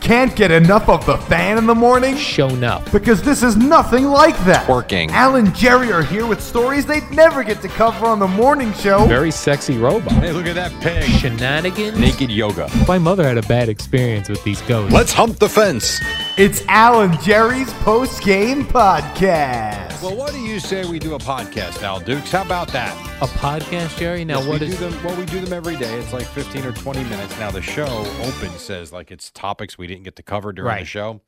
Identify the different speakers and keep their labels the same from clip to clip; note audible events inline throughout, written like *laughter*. Speaker 1: can't get enough of the fan in the morning?
Speaker 2: Shown up.
Speaker 1: Because this is nothing like that.
Speaker 3: Working.
Speaker 1: Al and Jerry are here with stories they'd never get to cover on the morning show.
Speaker 2: Very sexy robot.
Speaker 3: Hey, look at that pig.
Speaker 2: Shenanigans.
Speaker 3: Naked yoga.
Speaker 2: My mother had a bad experience with these ghosts.
Speaker 3: Let's hump the fence.
Speaker 1: It's Al and Jerry's post game podcast.
Speaker 3: Well, what do you say we do a podcast, Al Dukes? How about that?
Speaker 2: A podcast, Jerry? Now,
Speaker 3: Yes,
Speaker 2: what
Speaker 3: we
Speaker 2: is.
Speaker 3: do them? Well, we do them every day. It's like fifteen or twenty minutes. Now the show open says like it's topics we didn't get to cover during the
Speaker 2: Right.
Speaker 3: show.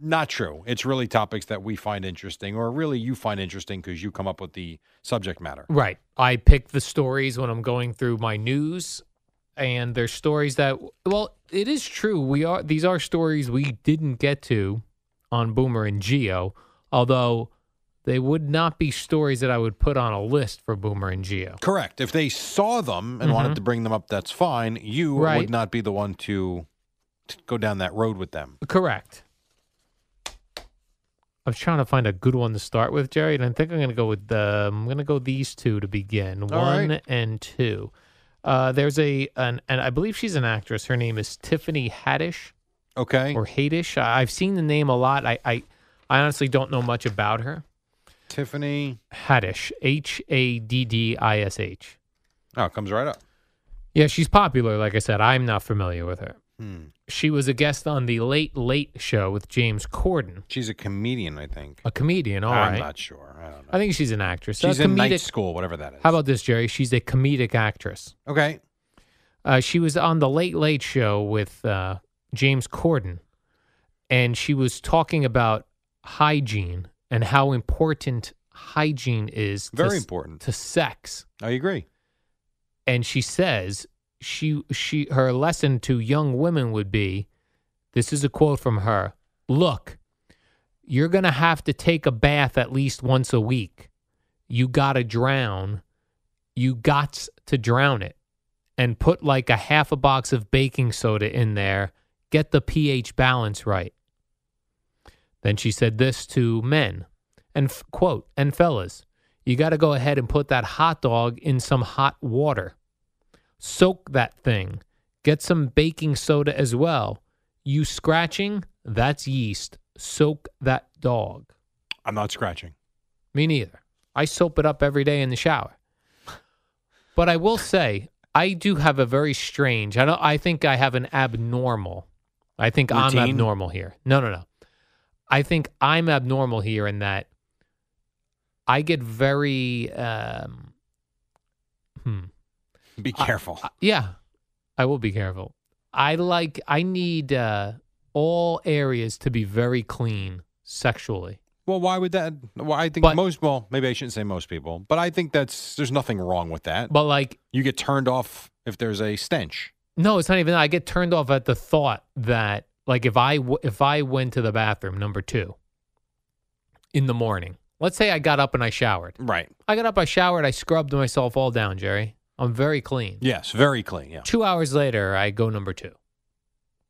Speaker 3: Not true. It's really topics that we find interesting, or really you find interesting because you come up with the subject matter.
Speaker 2: Right. I pick the stories when I'm going through my news, and there's stories that, well, it is true. We are These are stories we didn't get to on Boomer and Geo, although they would not be stories that I would put on a list for Boomer and Geo.
Speaker 3: Correct. If they saw them and wanted to bring them up, that's fine. You
Speaker 2: Mm-hmm. Right.
Speaker 3: would not be the one to, to go down that road with them.
Speaker 2: Correct. I was trying to find a good one to start with, Jerry, and I think I'm going to go with the. I'm going to go these two to begin.
Speaker 3: All right.
Speaker 2: one and two. Uh, there's a an and I believe she's an actress. Her name is Tiffany Haddish
Speaker 3: Okay.
Speaker 2: or Hadish. I, I've seen the name a lot. I, I I honestly don't know much about her.
Speaker 3: Tiffany.
Speaker 2: Haddish, H A D D I S H.
Speaker 3: Oh, it comes right up.
Speaker 2: Yeah, she's popular. Like I said, I'm not familiar with her.
Speaker 3: Hmm.
Speaker 2: She was a guest on the Late Late Show with James Corden,
Speaker 3: She's a comedian, I think.
Speaker 2: a comedian. All right.
Speaker 3: I'm not sure. I don't know.
Speaker 2: I think she's an actress.
Speaker 3: she's
Speaker 2: a
Speaker 3: in
Speaker 2: comedic.
Speaker 3: night school, whatever that is.
Speaker 2: How about this, Jerry? She's a comedic actress.
Speaker 3: okay?
Speaker 2: Uh, she was on the Late Late Show with uh, James Corden, and she was talking about hygiene and how important hygiene is. to
Speaker 3: Very
Speaker 2: s-
Speaker 3: important.
Speaker 2: to sex.
Speaker 3: I agree.
Speaker 2: And she says she she her lesson to young women would be, this is a quote from her. Look, you're gonna have to take a bath at least once a week. You gotta drown. You got to drown it, and put like a half a box of baking soda in there. Get the pH balance right. Then she said this to men, and f- quote and fellas, you got to go ahead and put that hot dog in some hot water. Soak that thing. Get some baking soda as well. You scratching? That's yeast. Soak that dog.
Speaker 3: I'm not scratching. *laughs*
Speaker 2: Me neither. I soap it up every day in the shower. But I will say, I do have a very strange. I don't. I think I have an abnormal. I think I'm
Speaker 3: Routine?
Speaker 2: abnormal here. No, no, no. I think I'm abnormal here in that I get very. Um, hmm.
Speaker 3: Be careful.
Speaker 2: I- yeah, I will be careful. I like. I need uh, all areas to be very clean sexually.
Speaker 3: well, why would that? Well, I think
Speaker 2: But-
Speaker 3: most. Well, maybe I shouldn't say most people, but I think that's there's nothing wrong with that.
Speaker 2: But like
Speaker 3: you get turned off if there's a stench.
Speaker 2: No, it's not even that. I get turned off at the thought that, like, if I w- if I went to the bathroom number two in the morning, let's say I got up and I showered.
Speaker 3: Right.
Speaker 2: I got up, I showered, I scrubbed myself all down, Jerry. I'm very clean.
Speaker 3: Yes. Very clean. Yeah.
Speaker 2: Two hours later, I go number two.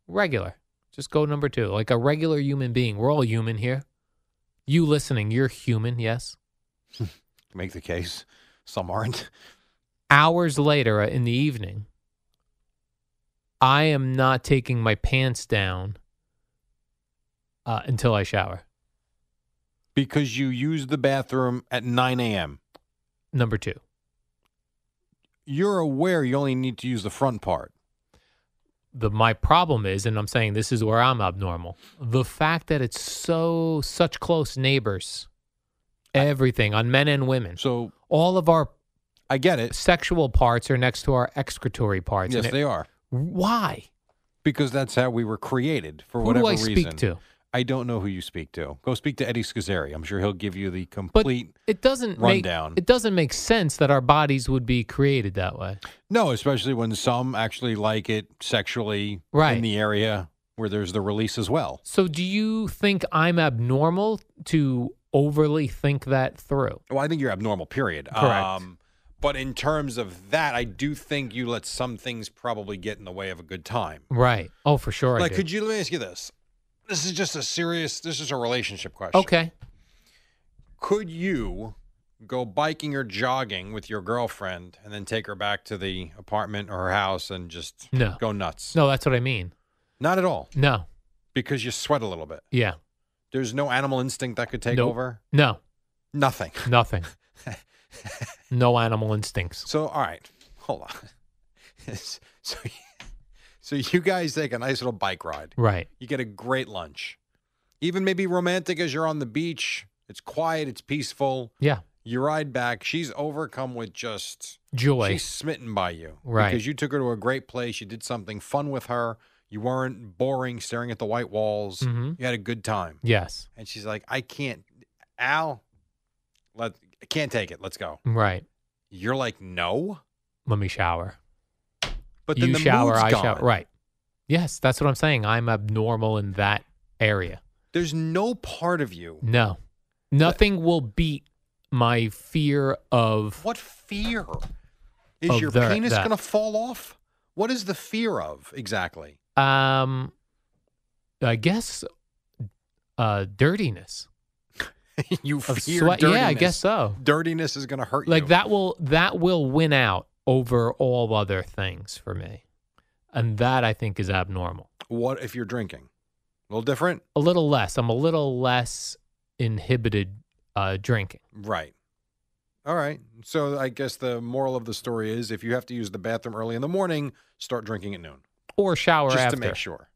Speaker 2: Regular, just go number two, like a regular human being. We're all human here. You listening? You're human, yes.
Speaker 3: Make the case. Some aren't. *laughs*
Speaker 2: hours later uh, in the evening, I am not taking my pants down uh, until I shower.
Speaker 3: Because you use the bathroom at 9 a.m.
Speaker 2: Number two.
Speaker 3: you're aware you only need to use the front part.
Speaker 2: the my problem is and i'm saying this is where i'm abnormal the fact that it's so such close neighbors everything on men and women
Speaker 3: So
Speaker 2: all of our
Speaker 3: I get it.
Speaker 2: sexual parts are next to our excretory parts
Speaker 3: Yes,
Speaker 2: and it-
Speaker 3: they are
Speaker 2: why
Speaker 3: because that's how we were created for
Speaker 2: who do
Speaker 3: whatever
Speaker 2: i
Speaker 3: reason.
Speaker 2: speak to
Speaker 3: I don't know who you speak to. Go speak to Eddie Scazzeri. I'm sure he'll give you the
Speaker 2: but
Speaker 3: complete.
Speaker 2: it doesn't make,
Speaker 3: rundown.
Speaker 2: it doesn't make sense that our bodies would be created that way
Speaker 3: no, especially when some actually like it sexually
Speaker 2: Right.
Speaker 3: in the area where there's the release as well.
Speaker 2: so do you think i'm abnormal to overly think that through
Speaker 3: Well, I think you're abnormal, period. Um,
Speaker 2: Correct.
Speaker 3: but in terms of that, I do think you let some things probably get in the way of a good time.
Speaker 2: right oh for sure I
Speaker 3: like,
Speaker 2: do.
Speaker 3: could you let me ask you this? This is just a serious. This is a relationship question.
Speaker 2: okay
Speaker 3: Could you go biking or jogging with your girlfriend and then take her back to the apartment or her house and just
Speaker 2: No.
Speaker 3: go nuts?
Speaker 2: no that's what i mean
Speaker 3: Not at all,
Speaker 2: no
Speaker 3: because you sweat a little bit.
Speaker 2: yeah
Speaker 3: There's no animal instinct that could take
Speaker 2: Nope.
Speaker 3: over.
Speaker 2: no
Speaker 3: Nothing. *laughs*
Speaker 2: Nothing. no animal instincts.
Speaker 3: So, all right, hold on. *laughs* so, so you guys take a nice little bike ride.
Speaker 2: Right.
Speaker 3: You get a great lunch, even maybe romantic as you're on the beach. It's quiet. It's peaceful.
Speaker 2: Yeah.
Speaker 3: You ride back. She's overcome with just
Speaker 2: Joy.
Speaker 3: she's smitten by you,
Speaker 2: Right.
Speaker 3: Because you took her to a great place. You did something fun with her. You weren't boring staring at the white walls.
Speaker 2: Mhm.
Speaker 3: You had a good time.
Speaker 2: Yes.
Speaker 3: And she's like, I can't, Al, let I can't take it. Let's go.
Speaker 2: Right.
Speaker 3: You're like, no.
Speaker 2: Let me shower.
Speaker 3: But then
Speaker 2: you
Speaker 3: the
Speaker 2: shower.
Speaker 3: mood's
Speaker 2: I
Speaker 3: gone.
Speaker 2: shower. Right. Yes. That's what I'm saying. I'm abnormal in that area.
Speaker 3: There's no part of you.
Speaker 2: No. Nothing will beat my fear of.
Speaker 3: What fear? Is
Speaker 2: Of
Speaker 3: your
Speaker 2: the-
Speaker 3: penis
Speaker 2: that.
Speaker 3: going to fall off? What is the fear of exactly? *laughs*
Speaker 2: Um. I guess. Uh, dirtiness.
Speaker 3: you
Speaker 2: Of
Speaker 3: fear
Speaker 2: sweat.
Speaker 3: dirtiness.
Speaker 2: Yeah, I guess so.
Speaker 3: Dirtiness is going to hurt
Speaker 2: like
Speaker 3: you.
Speaker 2: that will that will win out over all other things for me, and that I think is abnormal.
Speaker 3: What if you're drinking? A little different?
Speaker 2: a little less. I'm a little less inhibited uh, drinking.
Speaker 3: Right. All right. So I guess the moral of the story is if you have to use the bathroom early in the morning, start drinking at noon.
Speaker 2: Or shower
Speaker 3: just
Speaker 2: after.
Speaker 3: to make sure.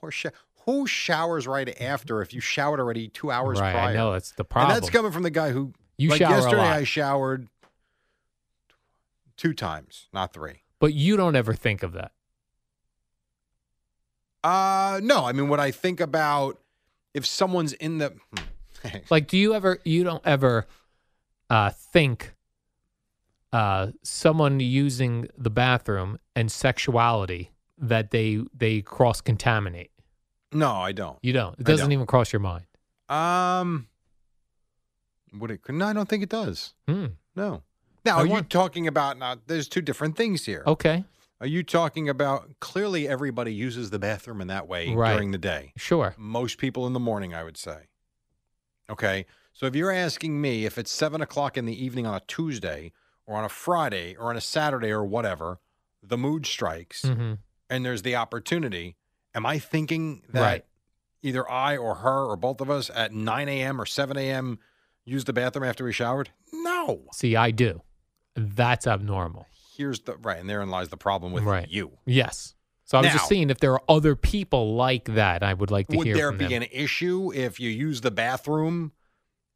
Speaker 3: Or sho- who showers right after if you showered already two hours
Speaker 2: right,
Speaker 3: prior?
Speaker 2: I know that's the
Speaker 3: And
Speaker 2: problem.
Speaker 3: that's coming from the guy who
Speaker 2: You
Speaker 3: like
Speaker 2: shower a
Speaker 3: yesterday.
Speaker 2: lot.
Speaker 3: I showered two times, not three.
Speaker 2: but you don't ever think of that.
Speaker 3: Uh no. I mean, what I think about if someone's in the hmm. *laughs*
Speaker 2: Like, do you ever? You don't ever uh, think uh, someone using the bathroom and sexuality that they they cross contaminate.
Speaker 3: no, I don't.
Speaker 2: You don't. It
Speaker 3: I
Speaker 2: doesn't
Speaker 3: don't.
Speaker 2: even cross your mind.
Speaker 3: Um, would it? No, I don't think it does.
Speaker 2: Hmm.
Speaker 3: No. Now,
Speaker 2: I
Speaker 3: are you
Speaker 2: want- Oh.
Speaker 3: talking about? Now, there's two different things here.
Speaker 2: Okay.
Speaker 3: Are you talking about? Clearly, everybody uses the bathroom in that way
Speaker 2: Right.
Speaker 3: during the day.
Speaker 2: Sure.
Speaker 3: most people in the morning, I would say. Okay. So if you're asking me if it's seven o'clock in the evening on a Tuesday or on a Friday or on a Saturday or whatever, the mood strikes
Speaker 2: hmm
Speaker 3: and there's the opportunity, am I thinking that
Speaker 2: Right.
Speaker 3: either I or her or both of us at 9 a.m. or 7 a.m. use the bathroom after we showered? No.
Speaker 2: See, I do. That's abnormal.
Speaker 3: Here's the right. And therein lies the problem with
Speaker 2: Right.
Speaker 3: you.
Speaker 2: Yes. So I was
Speaker 3: Now-
Speaker 2: just seeing if there are other people like that. I would like to
Speaker 3: Would
Speaker 2: hear
Speaker 3: there
Speaker 2: from
Speaker 3: be
Speaker 2: them.
Speaker 3: an issue if you use the bathroom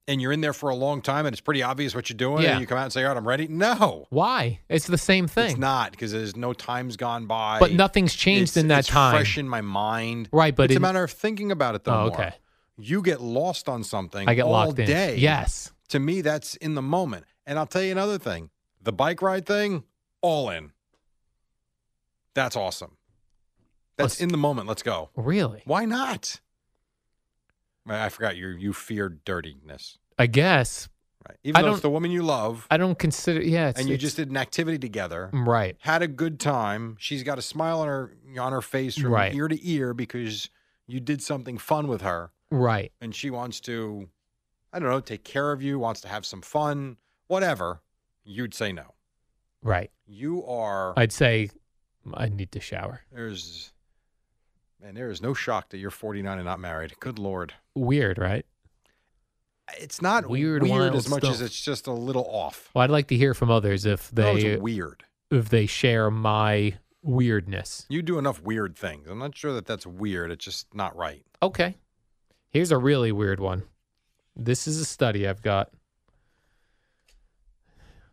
Speaker 3: and you're in there for a long time and it's pretty obvious what you're doing
Speaker 2: Yeah.
Speaker 3: and you come out and say, all right, I'm ready? No.
Speaker 2: Why? It's the same thing.
Speaker 3: It's not because there's no time's gone by.
Speaker 2: but nothing's changed
Speaker 3: It's-
Speaker 2: in that
Speaker 3: it's
Speaker 2: time.
Speaker 3: fresh in my mind.
Speaker 2: Right, but
Speaker 3: it's a
Speaker 2: in-
Speaker 3: matter of thinking about it, though.
Speaker 2: Oh,
Speaker 3: more.
Speaker 2: okay.
Speaker 3: You get lost on something
Speaker 2: I get
Speaker 3: all
Speaker 2: locked in.
Speaker 3: day.
Speaker 2: Yes.
Speaker 3: To me, that's in the moment. And I'll tell you another thing the bike ride thing, all in. That's awesome. That's
Speaker 2: Let's-
Speaker 3: in the moment. Let's go.
Speaker 2: Really?
Speaker 3: Why not? I I forgot you. You fear dirtiness,
Speaker 2: I guess
Speaker 3: right? Even
Speaker 2: I
Speaker 3: though it's
Speaker 2: don't-
Speaker 3: the woman you love,
Speaker 2: I don't consider. Yeah. It's,
Speaker 3: and you
Speaker 2: it's- Mm,
Speaker 3: just did an activity together,
Speaker 2: right.
Speaker 3: had a good time. She's got a smile on her on her face from
Speaker 2: Right.
Speaker 3: ear to ear because you did something fun with her,
Speaker 2: Right.
Speaker 3: and she wants to, I don't know, take care of you, wants to have some fun, whatever. You'd say no.
Speaker 2: Right.
Speaker 3: You are
Speaker 2: I'd say I need to shower.
Speaker 3: there's, man, there is no shock that you're 49 and not married. Good lord.
Speaker 2: Weird, right?
Speaker 3: It's not
Speaker 2: Weird,
Speaker 3: weird
Speaker 2: wild
Speaker 3: as much as
Speaker 2: stuff.
Speaker 3: it's just a little off.
Speaker 2: Well, I'd like to hear from others if
Speaker 3: No,
Speaker 2: they
Speaker 3: it's weird.
Speaker 2: if they share my weirdness.
Speaker 3: You do enough weird things. I'm not sure that that's weird. It's just not right.
Speaker 2: Okay. Here's a really weird one. This is a study I've got.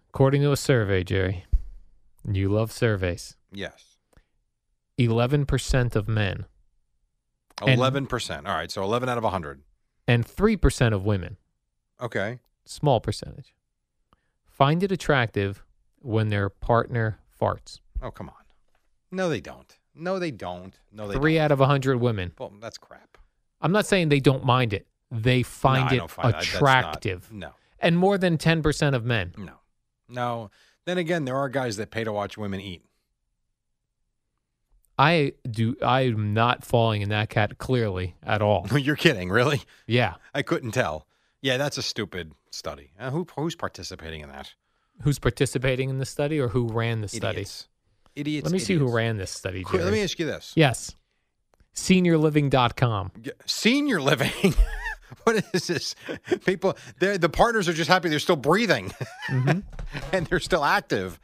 Speaker 2: According to a survey, Jerry, you love surveys.
Speaker 3: Yes.
Speaker 2: 11% of men And-
Speaker 3: 11%. All right. So 11 out of 100.
Speaker 2: and 3% of women,
Speaker 3: Okay.
Speaker 2: small percentage, find it attractive when their partner farts.
Speaker 3: Oh, come on. No, they don't. No, they don't. No, they
Speaker 2: 3
Speaker 3: don't.
Speaker 2: out of 100 women.
Speaker 3: Well, that's crap.
Speaker 2: I'm not saying they don't mind it. They
Speaker 3: No,
Speaker 2: find
Speaker 3: I
Speaker 2: it
Speaker 3: don't find that- that's not-
Speaker 2: attractive. and more than 10% of men.
Speaker 3: no, no. No. Then again, there are guys that pay to watch women eat. *laughs*
Speaker 2: I do I'm not falling in that cat clearly at
Speaker 3: *laughs*
Speaker 2: all.
Speaker 3: You're kidding, really?
Speaker 2: yeah.
Speaker 3: I couldn't tell. Yeah, that's a stupid study. Uh, who, who's participating in that?
Speaker 2: Who's participating in the study or who ran the study?
Speaker 3: Idiots. Idiots.
Speaker 2: Let me see who
Speaker 3: idiots.
Speaker 2: ran this study.
Speaker 3: Qu- Let
Speaker 2: Jerry.
Speaker 3: me ask you this.
Speaker 2: yes. Seniorliving.com.
Speaker 3: G- Senior living. *laughs* what is this? People, they're- the partners are just happy they're still breathing
Speaker 2: Mhm.
Speaker 3: *laughs* and they're still active.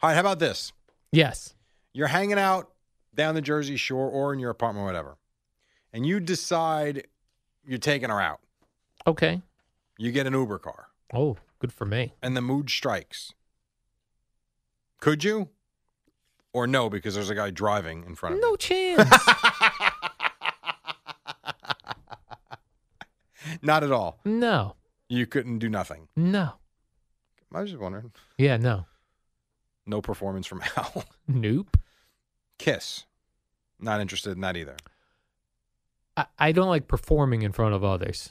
Speaker 3: All right, how about this?
Speaker 2: yes.
Speaker 3: You're hanging out down the Jersey Shore or in your apartment, whatever, and you decide you're taking her out.
Speaker 2: Okay.
Speaker 3: You get an Uber car
Speaker 2: Oh, good for me.
Speaker 3: and the mood strikes. Could you? Or no, because there's a guy driving in front of you.
Speaker 2: No chance.
Speaker 3: *laughs* Not at all.
Speaker 2: no.
Speaker 3: You couldn't do nothing.
Speaker 2: No.
Speaker 3: I was just wondering.
Speaker 2: Yeah, no.
Speaker 3: No performance from *laughs* Al.
Speaker 2: Nope.
Speaker 3: Kiss. Not interested in that either.
Speaker 2: I, I don't like performing in front of others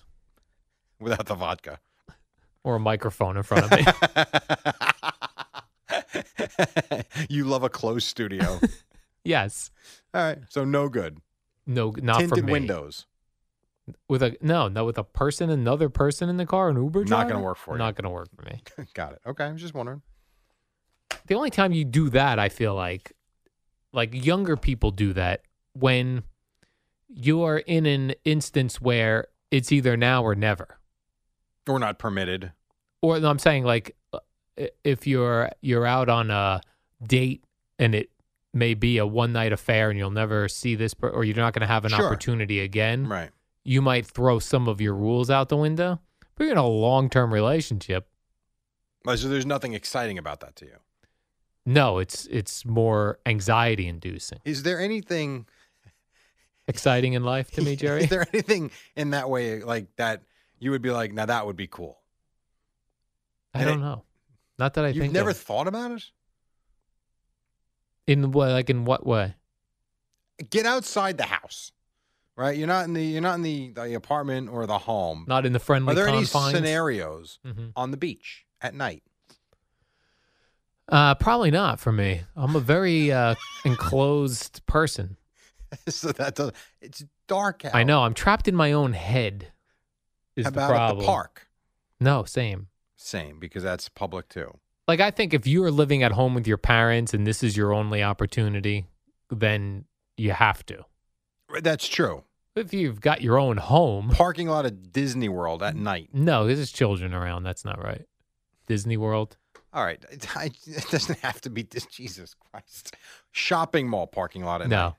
Speaker 3: Without the vodka. *laughs*
Speaker 2: or a microphone in front of me.
Speaker 3: you love a
Speaker 2: *laughs*
Speaker 3: closed studio.
Speaker 2: yes.
Speaker 3: All right. So no good.
Speaker 2: No, not
Speaker 3: Tinted
Speaker 2: for me.
Speaker 3: windows.
Speaker 2: with a no, no, with a person, another person in the car, an Uber
Speaker 3: Not
Speaker 2: driver.
Speaker 3: gonna work for
Speaker 2: Not gonna work for me.
Speaker 3: *laughs* Got it. Okay. I was just wondering.
Speaker 2: The only time you do that, I feel like, like younger people do that when you are in an instance where it's either now or never.
Speaker 3: We're not permitted.
Speaker 2: Or no, I'm saying like, uh, i- if you're you're out on a date and it may be a one night affair and you'll never see this, per- or you're not gonna have an
Speaker 3: Sure.
Speaker 2: opportunity again.
Speaker 3: Right.
Speaker 2: you might throw some of your rules out the window, but you're in a long term relationship.
Speaker 3: Well, So there's nothing exciting about that to you.
Speaker 2: No, it's it's more anxiety inducing.
Speaker 3: Is there anything
Speaker 2: Exciting in life *laughs* to
Speaker 3: *laughs*
Speaker 2: me, Jerry.
Speaker 3: Is there anything in that way like that you would be like, now that would be cool?
Speaker 2: I don't know. Not that I
Speaker 3: You've
Speaker 2: think
Speaker 3: never
Speaker 2: of.
Speaker 3: thought about it?
Speaker 2: in what like in what way?
Speaker 3: Get outside the house. Right? You're not in the you're not in the, the apartment or the home.
Speaker 2: Not in the friendly
Speaker 3: Are there any
Speaker 2: confines.
Speaker 3: scenarios
Speaker 2: Mhm.
Speaker 3: on the beach at night? *laughs*
Speaker 2: Uh, probably not for me. I'm a very uh, enclosed person.
Speaker 3: so that does, it's dark out.
Speaker 2: I know. I'm trapped in my own head. Is
Speaker 3: How about
Speaker 2: the
Speaker 3: at
Speaker 2: problem?
Speaker 3: the park?
Speaker 2: No, same.
Speaker 3: Same, because that's public too.
Speaker 2: Like I think if you are living at home with your parents and this is your only opportunity, then you have to.
Speaker 3: Right, That's true.
Speaker 2: If you've got your own home,
Speaker 3: Parking lot at Disney World
Speaker 2: Mm.
Speaker 3: at night.
Speaker 2: no, there's children around. That's not right. Disney World.
Speaker 3: All right. *laughs* It, I- it doesn't have to be this. *laughs* Jesus Christ. Shopping mall parking lot at night.
Speaker 2: No,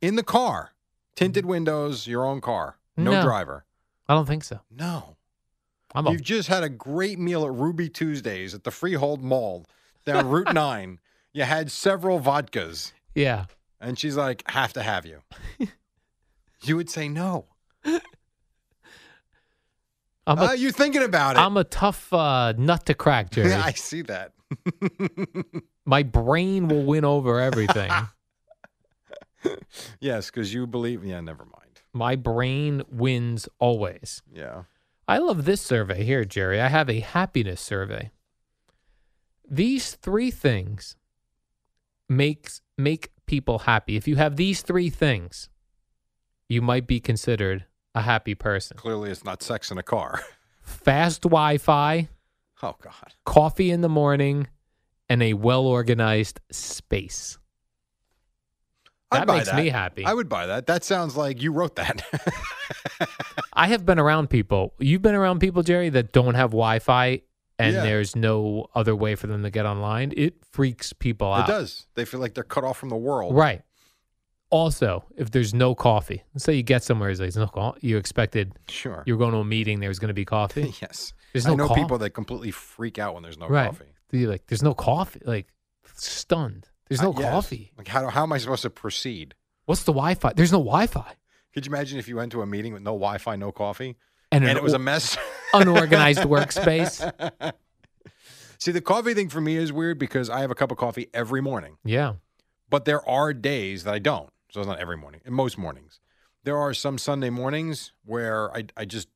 Speaker 3: In the car. Tinted windows, your own car. No,
Speaker 2: No.
Speaker 3: driver.
Speaker 2: I don't think so.
Speaker 3: No.
Speaker 2: I'm a,
Speaker 3: You've just had a great meal at Ruby Tuesdays at the Freehold Mall down
Speaker 2: *laughs*
Speaker 3: Route 9. You had several vodkas.
Speaker 2: yeah.
Speaker 3: And she's like, have to have you. you would say no.
Speaker 2: I'm
Speaker 3: Are
Speaker 2: a,
Speaker 3: you thinking about it?
Speaker 2: I'm a tough uh, nut to crack, Jerry.
Speaker 3: yeah, *laughs* I see that.
Speaker 2: My brain will win over
Speaker 3: *laughs*
Speaker 2: everything.
Speaker 3: yes, because you believe. Yeah, never mind.
Speaker 2: My brain wins always.
Speaker 3: Yeah.
Speaker 2: I love this survey here, Jerry. I have a happiness survey. These three things makes make people happy. If you have these three things, you might be considered a happy person.
Speaker 3: Clearly, it's not sex in a car. *laughs*
Speaker 2: Fast Wi-Fi,
Speaker 3: Oh, God.
Speaker 2: coffee in the morning, and a well-organized space. That
Speaker 3: I'd buy
Speaker 2: makes me happy.
Speaker 3: I would buy that. That sounds like you wrote that. *laughs*
Speaker 2: I have been around people. You've been around people, Jerry, that don't have Wi-Fi and
Speaker 3: Yeah.
Speaker 2: there's no other way for them to get online, it freaks people out.
Speaker 3: It does. They feel like they're cut off from the world.
Speaker 2: Right. Also, if there's no coffee, let's say you get somewhere, there's no coffee. You expected
Speaker 3: Sure.
Speaker 2: you were going to a meeting, there was going to be coffee.
Speaker 3: *laughs* yes.
Speaker 2: There's
Speaker 3: I
Speaker 2: no
Speaker 3: know
Speaker 2: coffee.
Speaker 3: people that completely freak out when there's no
Speaker 2: right.
Speaker 3: coffee.
Speaker 2: You're like, there's no coffee. Like, stunned. There's no
Speaker 3: Uh, yes.
Speaker 2: coffee.
Speaker 3: Like how, how am I supposed to proceed?
Speaker 2: What's the Wi Fi? There's no Wi Fi.
Speaker 3: Could you imagine if you went to a meeting with no Wi-Fi, no coffee,
Speaker 2: And,
Speaker 3: and
Speaker 2: an
Speaker 3: it was a
Speaker 2: o-
Speaker 3: mess?
Speaker 2: *laughs*
Speaker 3: *laughs*
Speaker 2: unorganized workspace.
Speaker 3: See, the coffee thing for me is weird because I have a cup of coffee every morning,
Speaker 2: Yeah.
Speaker 3: but there are days that I don't. So it's not every morning. And most mornings, there are some Sunday mornings where I I just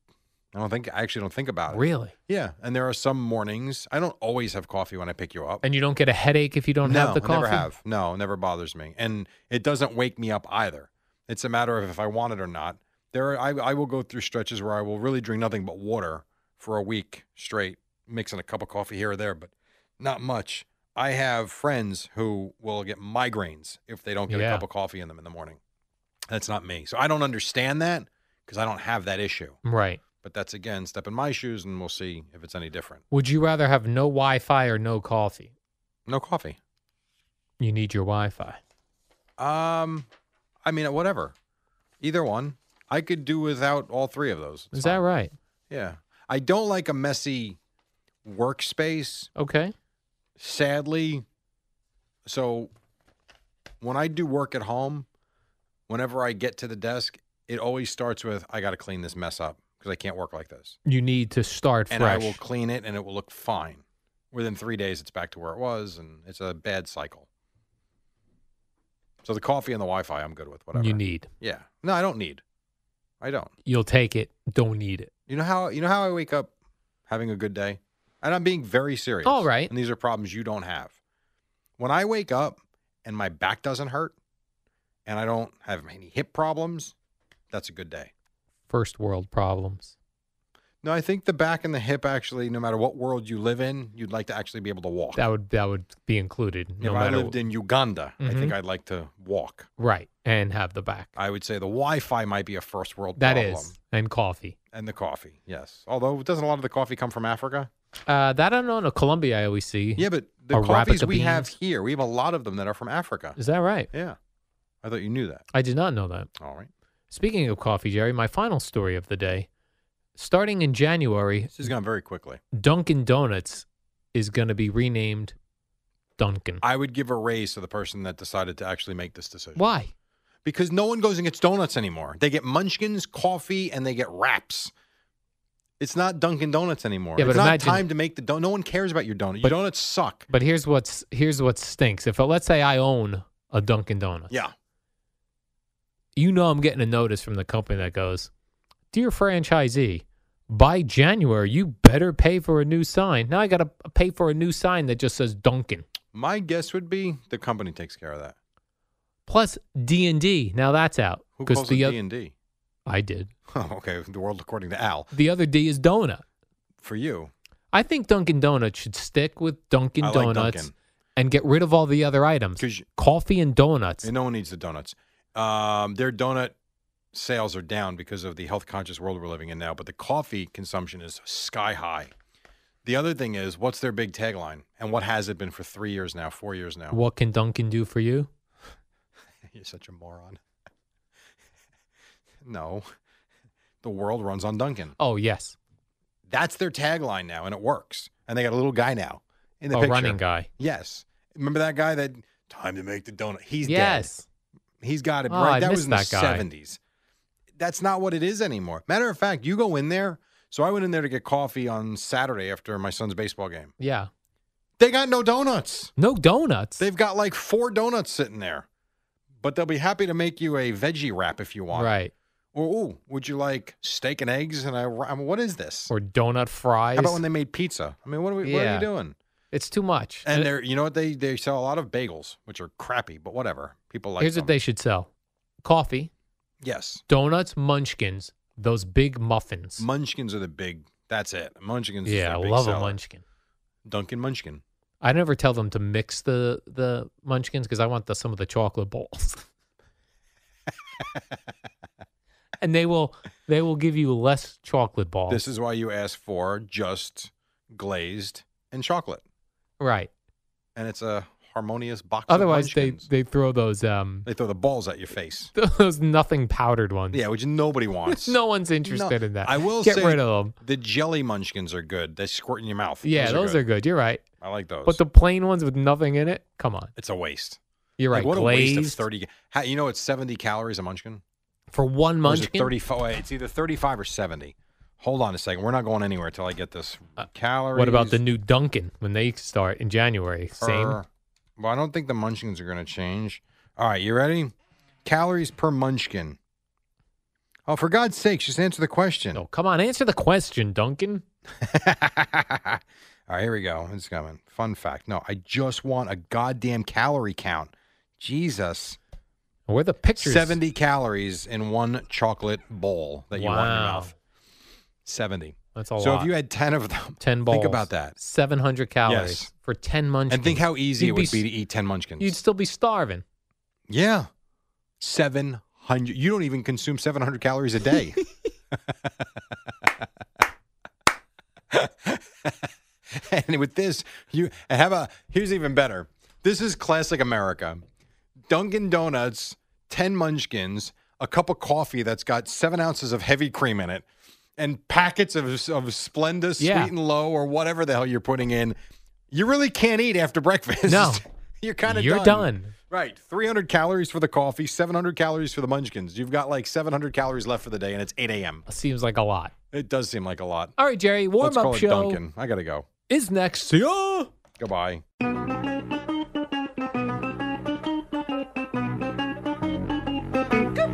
Speaker 3: I don't think I actually don't think about it.
Speaker 2: Really?
Speaker 3: Yeah, and there are some mornings I don't always have coffee when I pick you up.
Speaker 2: And you don't get a headache if you don't
Speaker 3: no,
Speaker 2: have the coffee?
Speaker 3: I never have. No, it never bothers me, and it doesn't wake me up either. It's a matter of if I want it or not. There, are, I I will go through stretches where I will really drink nothing but water for a week straight, mixing a cup of coffee here or there, but not much. I have friends who will get migraines if they don't get
Speaker 2: Yeah.
Speaker 3: a cup of coffee in them in the morning. That's not me, so I don't understand that because I don't have that issue.
Speaker 2: Right.
Speaker 3: But that's again step in my shoes, and we'll see if it's any different.
Speaker 2: Would you rather have no Wi Fi or no coffee?
Speaker 3: No coffee.
Speaker 2: You need your Wi Fi.
Speaker 3: Um, I mean, whatever. Either one. I could do without all three of those. It's
Speaker 2: Is that
Speaker 3: fine.
Speaker 2: right?
Speaker 3: Yeah. I don't like a messy workspace,
Speaker 2: Okay.
Speaker 3: sadly. So when I do work at home, whenever I get to the desk, it always starts with I got to clean this mess up because I can't work like this.
Speaker 2: You need to start fresh.
Speaker 3: And I will clean it and it will look fine. Within 3 days it's back to where it was and it's a bad cycle. So the coffee and the Wi-Fi I'm good with, whatever.
Speaker 2: You need.
Speaker 3: Yeah. No, I don't need. I don't.
Speaker 2: You'll take it. Don't need it.
Speaker 3: You know how you know how I wake up having a good day? And I'm being very serious.
Speaker 2: All right.
Speaker 3: And these are problems you don't have. When I wake up and my back doesn't hurt and I don't have any hip problems, that's a good day.
Speaker 2: First world problems.
Speaker 3: No, I think the back and the hip actually, no matter what world you live in, you'd like to actually be able to walk.
Speaker 2: That would that would be included. No
Speaker 3: if I
Speaker 2: matter
Speaker 3: lived in Uganda, I think
Speaker 2: Mhm.
Speaker 3: I'd like to walk.
Speaker 2: right and have the back.
Speaker 3: I would say the Wi-Fi might be a first world
Speaker 2: That is
Speaker 3: problem,
Speaker 2: and coffee.
Speaker 3: and the coffee. Yes, although doesn't a lot of the coffee come from Africa?
Speaker 2: Uh, that I don't know. No, Colombia, I always see.
Speaker 3: Yeah, but the
Speaker 2: Arabica
Speaker 3: coffees we have
Speaker 2: beans.
Speaker 3: here, we have a lot of them that are from Africa.
Speaker 2: Is that right?
Speaker 3: Yeah. I thought you knew that.
Speaker 2: I did not know that.
Speaker 3: All right.
Speaker 2: Speaking of coffee, Jerry, my final story of the day. Starting in January,
Speaker 3: This has gone very quickly.
Speaker 2: Dunkin' Donuts is going to be renamed Dunkin'.
Speaker 3: I would give a raise to the person that decided to actually make this decision.
Speaker 2: Why?
Speaker 3: Because no one goes and gets donuts anymore. They get munchkins, coffee, and they get wraps. It's not Dunkin' Donuts anymore.
Speaker 2: Yeah, but
Speaker 3: it's not
Speaker 2: imagine-
Speaker 3: time to make the donut. No one cares about your donut.
Speaker 2: But-
Speaker 3: Your donuts suck.
Speaker 2: But here's what's here's what stinks. If let's say I own a Dunkin' Donuts,
Speaker 3: Yeah.
Speaker 2: you know I'm getting a notice from the company that goes, "Dear franchisee, by January you better pay for a new sign." Now I got to pay for a new sign that just says Dunkin'.
Speaker 3: My guess would be the company takes care of that.
Speaker 2: Plus D and D. Now that's out
Speaker 3: Who calls
Speaker 2: the
Speaker 3: it
Speaker 2: oth-
Speaker 3: D&D?
Speaker 2: I did.
Speaker 3: *laughs* Oh, okay. The world according to Al.
Speaker 2: The other D is donut.
Speaker 3: For you,
Speaker 2: I think Dunkin' Donuts should stick with Dunkin'
Speaker 3: I like
Speaker 2: Donuts
Speaker 3: Dunkin'.
Speaker 2: and get rid of all the other items.
Speaker 3: 'Cause you-
Speaker 2: Coffee and donuts.
Speaker 3: And no one needs the donuts. Um, their donut sales are down because of the health conscious world we're living in now, but the coffee consumption is sky high. The other thing is, what's their big tagline? And what has it been for three years now, four years now?
Speaker 2: What can Dunkin' do for you?
Speaker 3: *laughs* You're such a moron. *laughs* no. The world runs on Duncan.
Speaker 2: Oh yes,
Speaker 3: That's their tagline now, and it works. And they got a little guy now in the
Speaker 2: a
Speaker 3: picture.
Speaker 2: running guy.
Speaker 3: Yes. Remember that guy that time to make the donut? He's dead.
Speaker 2: yes.
Speaker 3: He's got it
Speaker 2: Oh,
Speaker 3: right.
Speaker 2: I
Speaker 3: that was
Speaker 2: missed
Speaker 3: in the
Speaker 2: that guy.
Speaker 3: 70s. That's not what it is anymore. Matter of fact, you go in there. So I went in there to get coffee on Saturday after my son's baseball game.
Speaker 2: Yeah.
Speaker 3: They got no donuts.
Speaker 2: No donuts.
Speaker 3: They've got like four donuts sitting there. But they'll be happy to make you a veggie wrap if you want.
Speaker 2: right.
Speaker 3: Or, ooh, would you like steak and eggs? And I, I mean, what is this?
Speaker 2: Or donut fries.
Speaker 3: How about when they made pizza? I mean, what are we, what are
Speaker 2: Yeah.
Speaker 3: you doing?
Speaker 2: it's too much.
Speaker 3: And
Speaker 2: And
Speaker 3: they're, you know what? They they sell a lot of bagels, which are crappy, but whatever. People like
Speaker 2: here's
Speaker 3: them.
Speaker 2: what they should sell. Coffee,
Speaker 3: Yes.
Speaker 2: donuts, munchkins, those big muffins.
Speaker 3: Munchkins are the big. That's it. Munchkins. is
Speaker 2: yeah, I
Speaker 3: their big
Speaker 2: love
Speaker 3: seller.
Speaker 2: a munchkin.
Speaker 3: Dunkin' Munchkin.
Speaker 2: I never tell them to mix the the munchkins because I want the, some of the chocolate balls. *laughs* and they will they will give you less chocolate balls.
Speaker 3: This is why you ask for just glazed, and chocolate.
Speaker 2: Right.
Speaker 3: And it's a harmonious box. of
Speaker 2: Otherwise, they,
Speaker 3: munchkins.
Speaker 2: they throw those um *laughs*
Speaker 3: they throw the balls at your face.
Speaker 2: those nothing powdered ones. *laughs*
Speaker 3: Yeah, which nobody wants.
Speaker 2: No one's interested in that.
Speaker 3: I will
Speaker 2: get
Speaker 3: say-
Speaker 2: rid of them.
Speaker 3: The jelly munchkins are good. They squirt in your mouth.
Speaker 2: Yeah, those, are, good. You're right.
Speaker 3: I like those.
Speaker 2: But the plain ones with nothing in it, come on.
Speaker 3: it's a waste.
Speaker 2: You're right.
Speaker 3: Like, what
Speaker 2: Glazed
Speaker 3: a waste of thirty. ga- How, you know, it's seventy calories a munchkin.
Speaker 2: for one
Speaker 3: Or is it
Speaker 2: munchkin.
Speaker 3: Thirty-four. wait, It's either thirty-five or seventy. Hold on a second. We're not going anywhere until I get this calories.
Speaker 2: Uh, What about the new Duncan when they start in January? Same.
Speaker 3: per- Well, I don't think the munchkins are going to change. All right, you ready? Calories per munchkin. Oh, for God's sake, just answer the question.
Speaker 2: No, come on, answer the question, Duncan.
Speaker 3: *laughs* All right, here we go. It's coming. Fun fact. No, I just want a goddamn calorie count. Jesus.
Speaker 2: Where are the pictures?
Speaker 3: 70 calories in one chocolate bowl that you want in your
Speaker 2: Wow.
Speaker 3: mouth. 70.
Speaker 2: That's a lot.
Speaker 3: so if you had 10 of them,
Speaker 2: ten balls,
Speaker 3: think about that.
Speaker 2: Seven hundred calories
Speaker 3: Yes.
Speaker 2: for ten munchkins.
Speaker 3: And think how easy
Speaker 2: You'd
Speaker 3: it would
Speaker 2: be
Speaker 3: be,
Speaker 2: s-
Speaker 3: to eat 10 munchkins.
Speaker 2: you'd still be starving.
Speaker 3: yeah. 700. You don't even consume 700 calories
Speaker 2: *laughs*
Speaker 3: a day. and with this, you and have a here's even better. This is classic America. Dunkin' Donuts, ten munchkins, a cup of coffee that's got seven ounces of heavy cream in it, and packets of of Splenda sweet
Speaker 2: Yeah.
Speaker 3: and low or whatever the hell you're putting in. You really can't eat after breakfast.
Speaker 2: No.
Speaker 3: *laughs* you're kind of
Speaker 2: You're done.
Speaker 3: Right, 300 calories for the coffee, 700 calories for the munchkins. You've got like 700 calories left for the day, and it's 8 a.m.
Speaker 2: Seems like a lot.
Speaker 3: It does seem like a lot.
Speaker 2: All right, Jerry. Warm
Speaker 3: Let's
Speaker 2: up
Speaker 3: call it
Speaker 2: show
Speaker 3: Dunkin'. I gotta go.
Speaker 2: is next. See ya.
Speaker 3: Goodbye.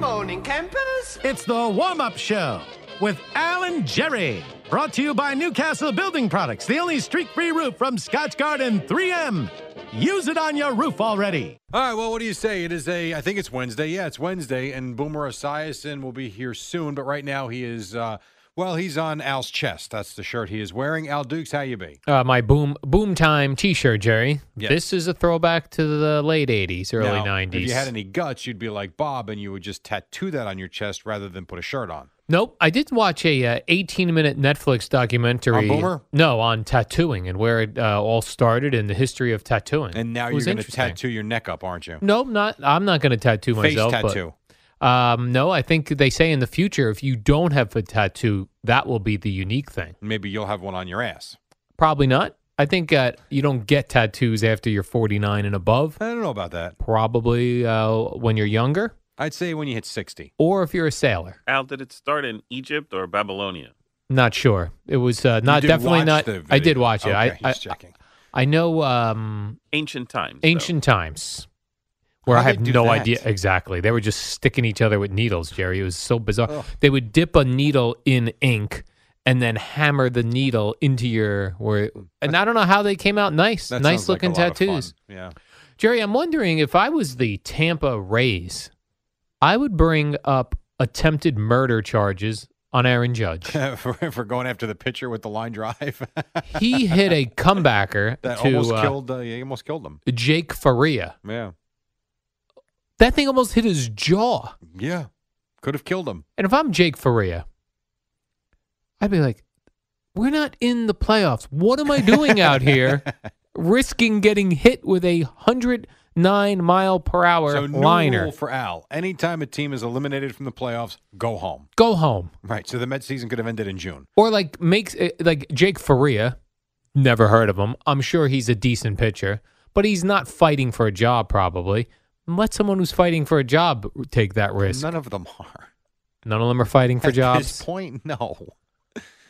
Speaker 4: It's the warm up show with Alan Jerry. Brought to you by Newcastle Building Products, the only streak free roof from Scotch Garden 3M. Use it on your roof already.
Speaker 3: All right, well, what do you say? It is a, I think it's Wednesday. Yeah, it's Wednesday, and Boomer Esiason will be here soon. But right now, he is, uh, well, he's on Al's chest. That's the shirt he is wearing. Al Dukes, how you be?
Speaker 2: Uh, my boom boom time T-shirt, Jerry.
Speaker 3: Yes.
Speaker 2: This is a throwback to the late '80s, early
Speaker 3: Now,
Speaker 2: '90s.
Speaker 3: If you had any guts, you'd be like Bob, and you would just tattoo that on your chest rather than put a shirt on.
Speaker 2: Nope. I did watch a 18 minute Netflix documentary.
Speaker 3: On Boomer?
Speaker 2: No, on tattooing and where it uh, all started and the history of tattooing.
Speaker 3: And now
Speaker 2: It
Speaker 3: you're
Speaker 2: was
Speaker 3: going to
Speaker 2: interesting.
Speaker 3: tattoo your neck up, aren't you?
Speaker 2: Nope, not. I'm not going to tattoo
Speaker 3: Face
Speaker 2: myself. but-
Speaker 3: tattoo.
Speaker 2: um, no, I think they say in the future if you don't have a tattoo, that will be the unique thing.
Speaker 3: Maybe you'll have one on your ass.
Speaker 2: Probably not. I think uh, you don't get tattoos after you're 49 and above.
Speaker 3: I don't know about that.
Speaker 2: Probably uh, when you're younger,
Speaker 3: I'd say when you hit 60.
Speaker 2: or if you're a sailor.
Speaker 5: Al, did it start in Egypt or Babylonia?
Speaker 2: Not sure. It was uh, not
Speaker 3: did
Speaker 2: definitely
Speaker 3: watch
Speaker 2: not.
Speaker 3: the
Speaker 2: I did
Speaker 3: video.
Speaker 2: watch it. I,
Speaker 3: Okay,
Speaker 2: I
Speaker 3: he's checking.
Speaker 2: I know um,
Speaker 5: Ancient times. though.
Speaker 2: ancient times where I
Speaker 3: How'd
Speaker 2: have
Speaker 3: they do
Speaker 2: no
Speaker 3: that?
Speaker 2: idea exactly. They were just sticking each other with needles, Jerry. It was so bizarre.
Speaker 3: Oh.
Speaker 2: They would dip a needle in ink and then hammer the needle into your where and I don't know how they came out nice.
Speaker 3: That
Speaker 2: nice
Speaker 3: sounds like a
Speaker 2: looking
Speaker 3: lot of fun.
Speaker 2: tattoos.
Speaker 3: Yeah. *laughs*
Speaker 2: Jerry, I'm wondering if I was the Tampa Rays, I would bring up attempted murder charges on Aaron Judge.
Speaker 3: *laughs* for, for going after the pitcher with the line drive *laughs*
Speaker 2: he hit a comebacker
Speaker 3: that
Speaker 2: to
Speaker 3: almost
Speaker 2: uh,
Speaker 3: killed uh, he almost killed him.
Speaker 2: Jake Faria.
Speaker 3: Yeah,
Speaker 2: That thing almost hit his jaw.
Speaker 3: yeah, could have killed him.
Speaker 2: And if I'm Jake Faria, I'd be like, we're not in the playoffs. What am I doing out
Speaker 3: *laughs*
Speaker 2: here risking getting hit with a 109 mile per hour
Speaker 3: So new
Speaker 2: liner?
Speaker 3: rule for Al: anytime a team is eliminated from the playoffs, go home.
Speaker 2: Go home.
Speaker 3: Right. So the Mets season could have ended in June.
Speaker 2: Or like makes it, like Jake Faria, never heard of him. I'm sure he's a decent pitcher, but he's not fighting for a job probably. Let someone who's fighting for a job take that risk. None,
Speaker 3: None of them are
Speaker 2: of them are fighting for
Speaker 3: At
Speaker 2: jobs.
Speaker 3: This point, no.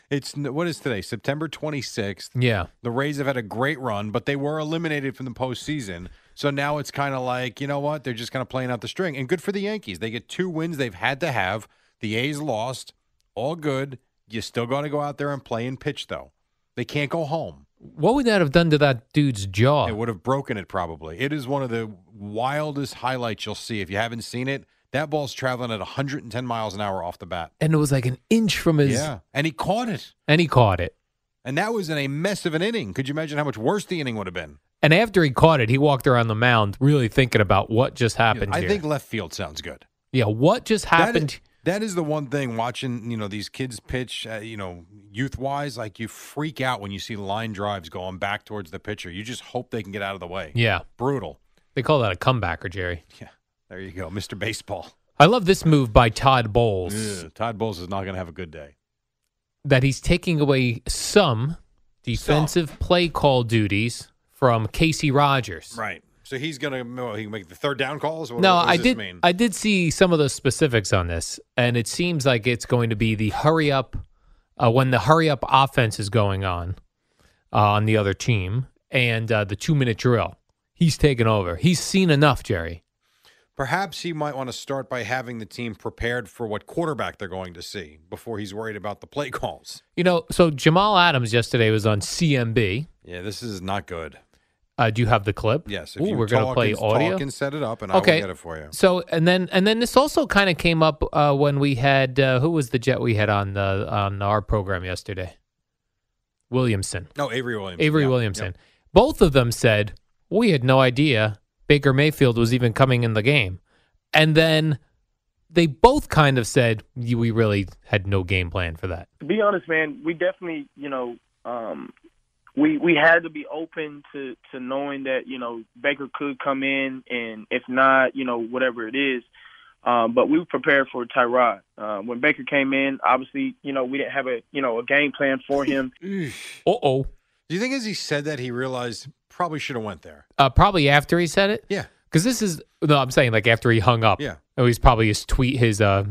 Speaker 3: It's n- what is today? September twenty sixth.
Speaker 2: Yeah.
Speaker 3: The Rays have had a great run, but they were eliminated from the postseason. So now it's kind of like, you know what? They're just kind of playing out the string. And good for the Yankees. They get two wins they've had to have. The A's lost. All good. You still got to go out there and play and pitch, though. They can't go home.
Speaker 2: What would that have done to that dude's jaw?
Speaker 3: It would have broken it probably. It is one of the wildest highlights you'll see. If you haven't seen it, that ball's traveling at 110 miles an hour off the bat.
Speaker 2: and it was like an inch from his
Speaker 3: Yeah. And he caught it.
Speaker 2: and he caught it.
Speaker 3: And that was in a mess of an inning. Could you imagine how much worse the inning would have been?
Speaker 2: And after he caught it, he walked around the mound really thinking about what just happened
Speaker 3: I
Speaker 2: here.
Speaker 3: think left field sounds good.
Speaker 2: yeah, what just
Speaker 3: That is-
Speaker 2: happened?
Speaker 3: That is, That is the one thing watching, you know, these kids pitch, uh, you know, youth wise, like you freak out when you see line drives going back towards the pitcher. You just hope they can get out of the way.
Speaker 2: Yeah.
Speaker 3: Brutal.
Speaker 2: They call that a comebacker, Jerry.
Speaker 3: There you go, Mr. Baseball.
Speaker 2: I love this move by Todd Bowles
Speaker 3: Ugh, Todd Bowles is not going to have a good day.
Speaker 2: that he's taking away some defensive play call duties from Casey Rogers.
Speaker 3: Right. So he's going to well, he can make the third down calls. What,
Speaker 2: No,
Speaker 3: what does
Speaker 2: I
Speaker 3: this
Speaker 2: did.
Speaker 3: Mean?
Speaker 2: I did see some of the specifics on this, and it seems like it's going to be the hurry up uh, when the hurry up offense is going on uh, on the other team, and uh, the two minute drill. He's taken over. He's seen enough, Jerry.
Speaker 3: Perhaps he might want to start by having the team prepared for what quarterback they're going to see before he's worried about the play calls.
Speaker 2: You know, so Jamal Adams yesterday was on CMB.
Speaker 3: Yeah, this is not good.
Speaker 2: Uh, do you have the clip?
Speaker 3: Yes.
Speaker 2: Ooh, we're gonna
Speaker 3: talk
Speaker 2: play
Speaker 3: and-
Speaker 2: audio.
Speaker 3: Talk and set it up, and I
Speaker 2: Okay.
Speaker 3: will get it for you.
Speaker 2: So and then and then this also kind of came up uh, when we had uh, who was the jet we had on the on our program yesterday? Williamson,
Speaker 3: No, Avery Williamson.
Speaker 2: Avery
Speaker 3: Yeah,
Speaker 2: Williamson. Both of them said we had no idea Baker Mayfield was even coming in the game, and then they both kind of said "Y- we really had no game plan for that.
Speaker 6: to be honest, man, we definitely, you know, um, we we had to be open to to knowing that you know Baker could come in, and if not, you know, whatever it is. Um, but we were prepared for Tyrod. Uh, when Baker came in, obviously, you know, we didn't have a you know a game plan for him.
Speaker 3: yeah.
Speaker 2: Uh oh.
Speaker 3: Do you think as he said that he realized probably should have went there?
Speaker 2: Uh, probably after he said it.
Speaker 3: Yeah.
Speaker 2: Because this is no, I'm saying like after he hung up.
Speaker 3: Yeah.
Speaker 2: It was probably his tweet, his uh,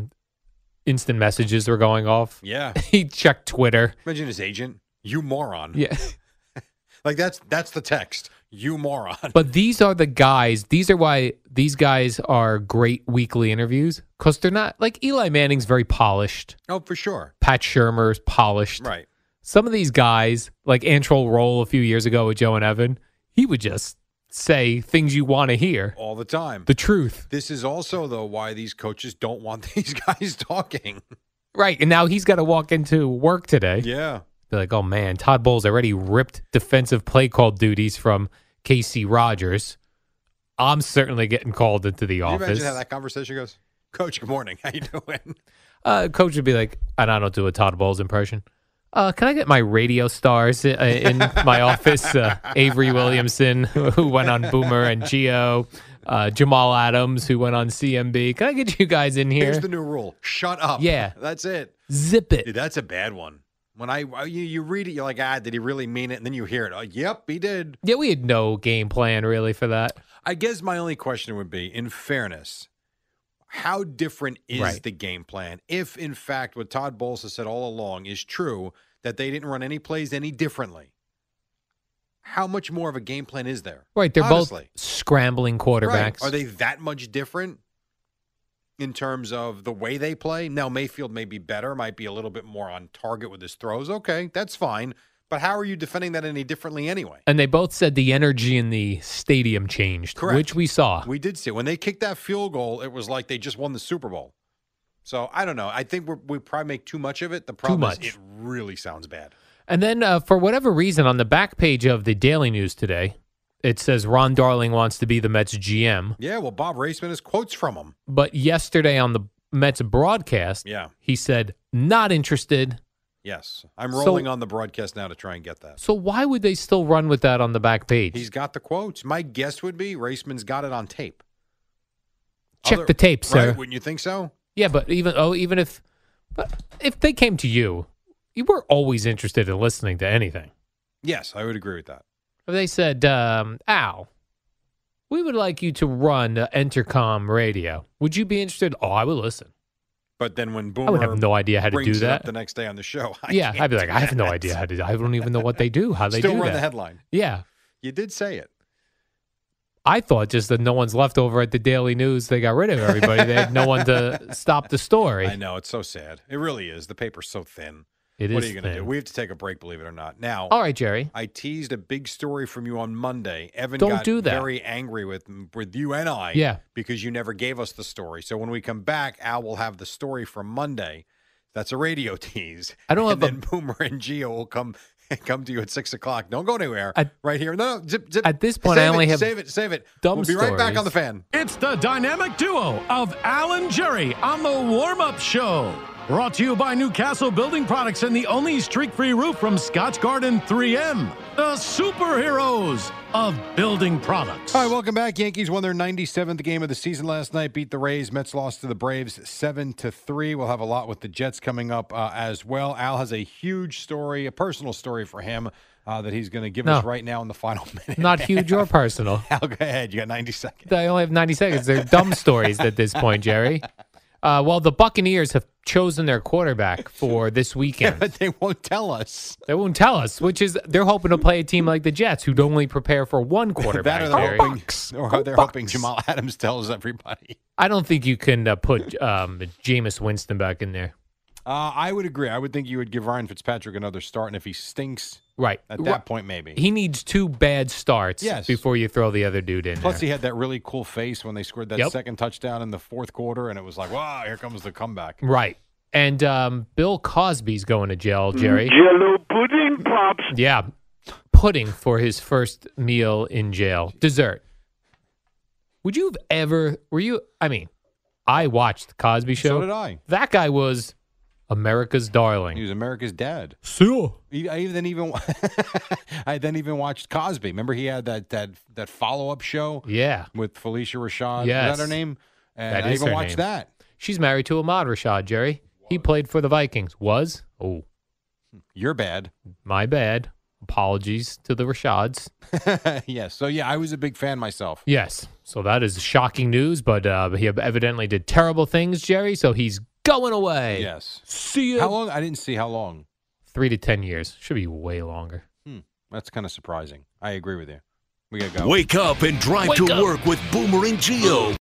Speaker 2: instant messages were going off. *laughs*
Speaker 3: Yeah.
Speaker 2: he checked Twitter.
Speaker 3: Imagine his agent. You moron.
Speaker 2: Yeah.
Speaker 3: Like that's that's the text. You *laughs* moron.
Speaker 2: *laughs* But these are the guys. These are why these guys are great weekly interviews because they're not like Eli Manning's very polished.
Speaker 3: Oh, for sure.
Speaker 2: Pat Shermer's polished.
Speaker 3: Right.
Speaker 2: Some of these guys, like Antrell Roll a few years ago with Joe and Evan, he would just say things you want to hear,
Speaker 3: All the time.
Speaker 2: the truth.
Speaker 3: this is also though why these coaches don't want *laughs* these guys talking.
Speaker 2: Right. And now he's got to walk into work today.
Speaker 3: Yeah.
Speaker 2: Be like, oh man, Todd Bowles already ripped defensive play call duties from Casey Rogers. I'm certainly getting called into the
Speaker 3: Can you
Speaker 2: office.
Speaker 3: imagine how that conversation goes? Coach, good morning. How you doing?
Speaker 2: Uh, coach would be like, and I don't do a Todd Bowles impression. Uh, can I get my radio stars i- in
Speaker 3: *laughs*
Speaker 2: my office? Uh, Avery Williamson, who went on Boomer and Geo, uh, Jamal Adams, who went on CMB. Can I get you guys in here?
Speaker 3: *laughs* Here's the new rule. Shut up.
Speaker 2: Yeah.
Speaker 3: *laughs* That's it.
Speaker 2: Zip
Speaker 3: Dude,
Speaker 2: it.
Speaker 3: that's a bad one. When I uh, you, you read it, you're like, ah, did he really mean it? And then you hear it. Oh, yep, he did.
Speaker 2: Yeah, we had no game plan really for that.
Speaker 3: I guess my only question would be, in fairness, how different is
Speaker 2: Right.
Speaker 3: the game plan? If, in fact, what Todd Bowles has said all along is true, that they didn't run any plays any differently, how much more of a game plan is there?
Speaker 2: Right, they're
Speaker 3: Honestly.
Speaker 2: both scrambling
Speaker 3: Right.
Speaker 2: quarterbacks.
Speaker 3: Are they that much different in terms of the way they play? Now, Mayfield may be better, might be a little bit more on target with his throws. Okay, that's fine. But how are you defending that any differently anyway?
Speaker 2: and they both said the energy in the stadium changed,
Speaker 3: Correct.
Speaker 2: which we saw.
Speaker 3: We did see it. when they kicked that field goal. It was like they just won the Super Bowl. So I don't know. I think we're, we probably make too much of it. The problem
Speaker 2: much.
Speaker 3: is it really sounds bad.
Speaker 2: And then, uh, for whatever reason, on the back page of the Daily News today, it says Ron Darling wants to be the Mets GM.
Speaker 3: Yeah. Well, Bob Raceman has quotes from him.
Speaker 2: But yesterday on the Mets broadcast,
Speaker 3: Yeah.
Speaker 2: he said, not interested.
Speaker 3: Yes, I'm
Speaker 2: So-
Speaker 3: rolling on the broadcast now to try and get that.
Speaker 2: So why would they still run with that on the back page?
Speaker 3: He's got the quotes. My guess would be Raceman's got it on tape.
Speaker 2: Check
Speaker 3: Other-
Speaker 2: the tape, sir.
Speaker 3: Right? Wouldn't you think so?
Speaker 2: yeah, but even oh, even if but if they came to you, you were always interested in listening to anything.
Speaker 3: Yes, I would agree with that.
Speaker 2: If they said, um, Al, we would like you to run uh, Entercom Radio. Would you be interested? Oh, I would listen.
Speaker 3: But then when
Speaker 2: I
Speaker 3: Boomer
Speaker 2: would have no idea how to
Speaker 3: brings
Speaker 2: do
Speaker 3: it up
Speaker 2: that.
Speaker 3: the next day on the show, *laughs* I
Speaker 2: yeah,
Speaker 3: can't
Speaker 2: I'd be like,
Speaker 3: do
Speaker 2: I have no
Speaker 3: that.
Speaker 2: idea how to. I don't even know what they do, how they
Speaker 3: Still
Speaker 2: do
Speaker 3: run
Speaker 2: that.
Speaker 3: the headline.
Speaker 2: Yeah,
Speaker 3: You did say it.
Speaker 2: I thought just that no one's left over at the Daily News. They got rid of everybody. they had no one
Speaker 3: *laughs*
Speaker 2: to stop the story.
Speaker 3: I know it's so sad. It really is. The paper's so thin.
Speaker 2: It
Speaker 3: what
Speaker 2: is
Speaker 3: are you going to do?
Speaker 2: thin.
Speaker 3: We have to take a break, believe it or not. Now,
Speaker 2: All right, Jerry.
Speaker 3: I teased a big story from you on Monday. Evan
Speaker 2: Don't
Speaker 3: got
Speaker 2: do that.
Speaker 3: very angry with with you and I
Speaker 2: Yeah.
Speaker 3: because you never gave us the story. So when we come back, Al will have the story from Monday. That's a radio *laughs* tease.
Speaker 2: I don't
Speaker 3: and
Speaker 2: have a-
Speaker 3: then Boomer and Geo will come *laughs* and come to you at six o'clock. Don't go anywhere.
Speaker 2: At-
Speaker 3: right here. No, no. Zip, zip.
Speaker 2: At this point, I
Speaker 3: Save
Speaker 2: only
Speaker 3: it,
Speaker 2: have
Speaker 3: save it. Save it.
Speaker 2: dumb
Speaker 3: We'll be right back
Speaker 2: stories.
Speaker 3: on the fan.
Speaker 4: It's the dynamic duo of Alan Jerry on the warm up show. Brought to you by Newcastle Building Products and the only streak free roof from Scotch Garden 3M, the superheroes of building products.
Speaker 3: All right, welcome back. Yankees won their 97th game of the season last night, beat the Rays. Mets lost to the Braves 7 to 3. We'll have a lot with the Jets coming up uh, as well. Al has a huge story, a personal story for him uh, that he's going to give
Speaker 2: No.
Speaker 3: us right now in the final *laughs* minute.
Speaker 2: Not huge or
Speaker 3: *laughs*
Speaker 2: personal.
Speaker 3: Al, go ahead. You got 90 seconds.
Speaker 2: I only have 90 seconds. They're dumb stories at this point, Jerry. Uh, well, the Buccaneers have chosen their quarterback for this weekend.
Speaker 3: *laughs* But they won't tell us.
Speaker 2: They won't tell us, which is they're hoping to play a team like the Jets, who only prepare for
Speaker 3: *laughs*
Speaker 2: one quarterback.
Speaker 3: That or they're
Speaker 2: Jerry.
Speaker 3: hoping, or
Speaker 2: Go
Speaker 3: they're hoping
Speaker 2: Bucks.
Speaker 3: Jamal *laughs* Adams tells everybody.
Speaker 2: I don't think you can uh, put um, Jameis Winston back in there.
Speaker 3: Uh, I would agree. I would think you would give Ryan Fitzpatrick another start, and if he stinks
Speaker 2: Right.
Speaker 3: at that
Speaker 2: Right.
Speaker 3: point, maybe.
Speaker 2: He needs two bad starts
Speaker 3: Yes.
Speaker 2: before you throw the other dude in.
Speaker 3: Plus,
Speaker 2: there.
Speaker 3: he had that really cool face when they scored that
Speaker 2: Yep.
Speaker 3: second touchdown in the fourth quarter, and it was like, wow, here comes the comeback.
Speaker 2: right. And um, Bill Cosby's going to jail,
Speaker 3: Mm-hmm.
Speaker 2: Jerry.
Speaker 6: Jello pudding pops.
Speaker 2: Yeah. Pudding for his first meal in jail. Dessert. Would you have ever, were you, I mean, I watched The Cosby Show.
Speaker 3: So did I.
Speaker 2: That guy was America's
Speaker 3: He
Speaker 2: darling.
Speaker 3: was America's dad.
Speaker 2: Sure.
Speaker 3: He- I even even *laughs* I then even watched Cosby. Remember, he had that that that follow up show
Speaker 2: Yeah.
Speaker 3: with Felicia Rashad.
Speaker 2: Yes.
Speaker 3: Is that her name? And
Speaker 2: That
Speaker 3: I
Speaker 2: is
Speaker 3: even
Speaker 2: her
Speaker 3: watched
Speaker 2: name.
Speaker 3: that.
Speaker 2: She's married to Ahmad Rashad, Jerry. He played for the Vikings. Was? Oh,
Speaker 3: You're bad. *laughs*
Speaker 2: my bad. Apologies to the Rashads.
Speaker 3: yes. So yeah, I was a big fan myself.
Speaker 2: Yes. So that is shocking news, but uh, he evidently did terrible things, Jerry. So he's going away.
Speaker 3: Yes.
Speaker 2: See you.
Speaker 3: How long? I didn't see how long. Hmm.
Speaker 2: Three to 10 years. Should be way longer.
Speaker 3: That's kind of surprising. I agree with you. We gotta go.
Speaker 7: Wake up and drive
Speaker 2: Wake
Speaker 7: to
Speaker 2: up.
Speaker 7: work with Boomer and Geo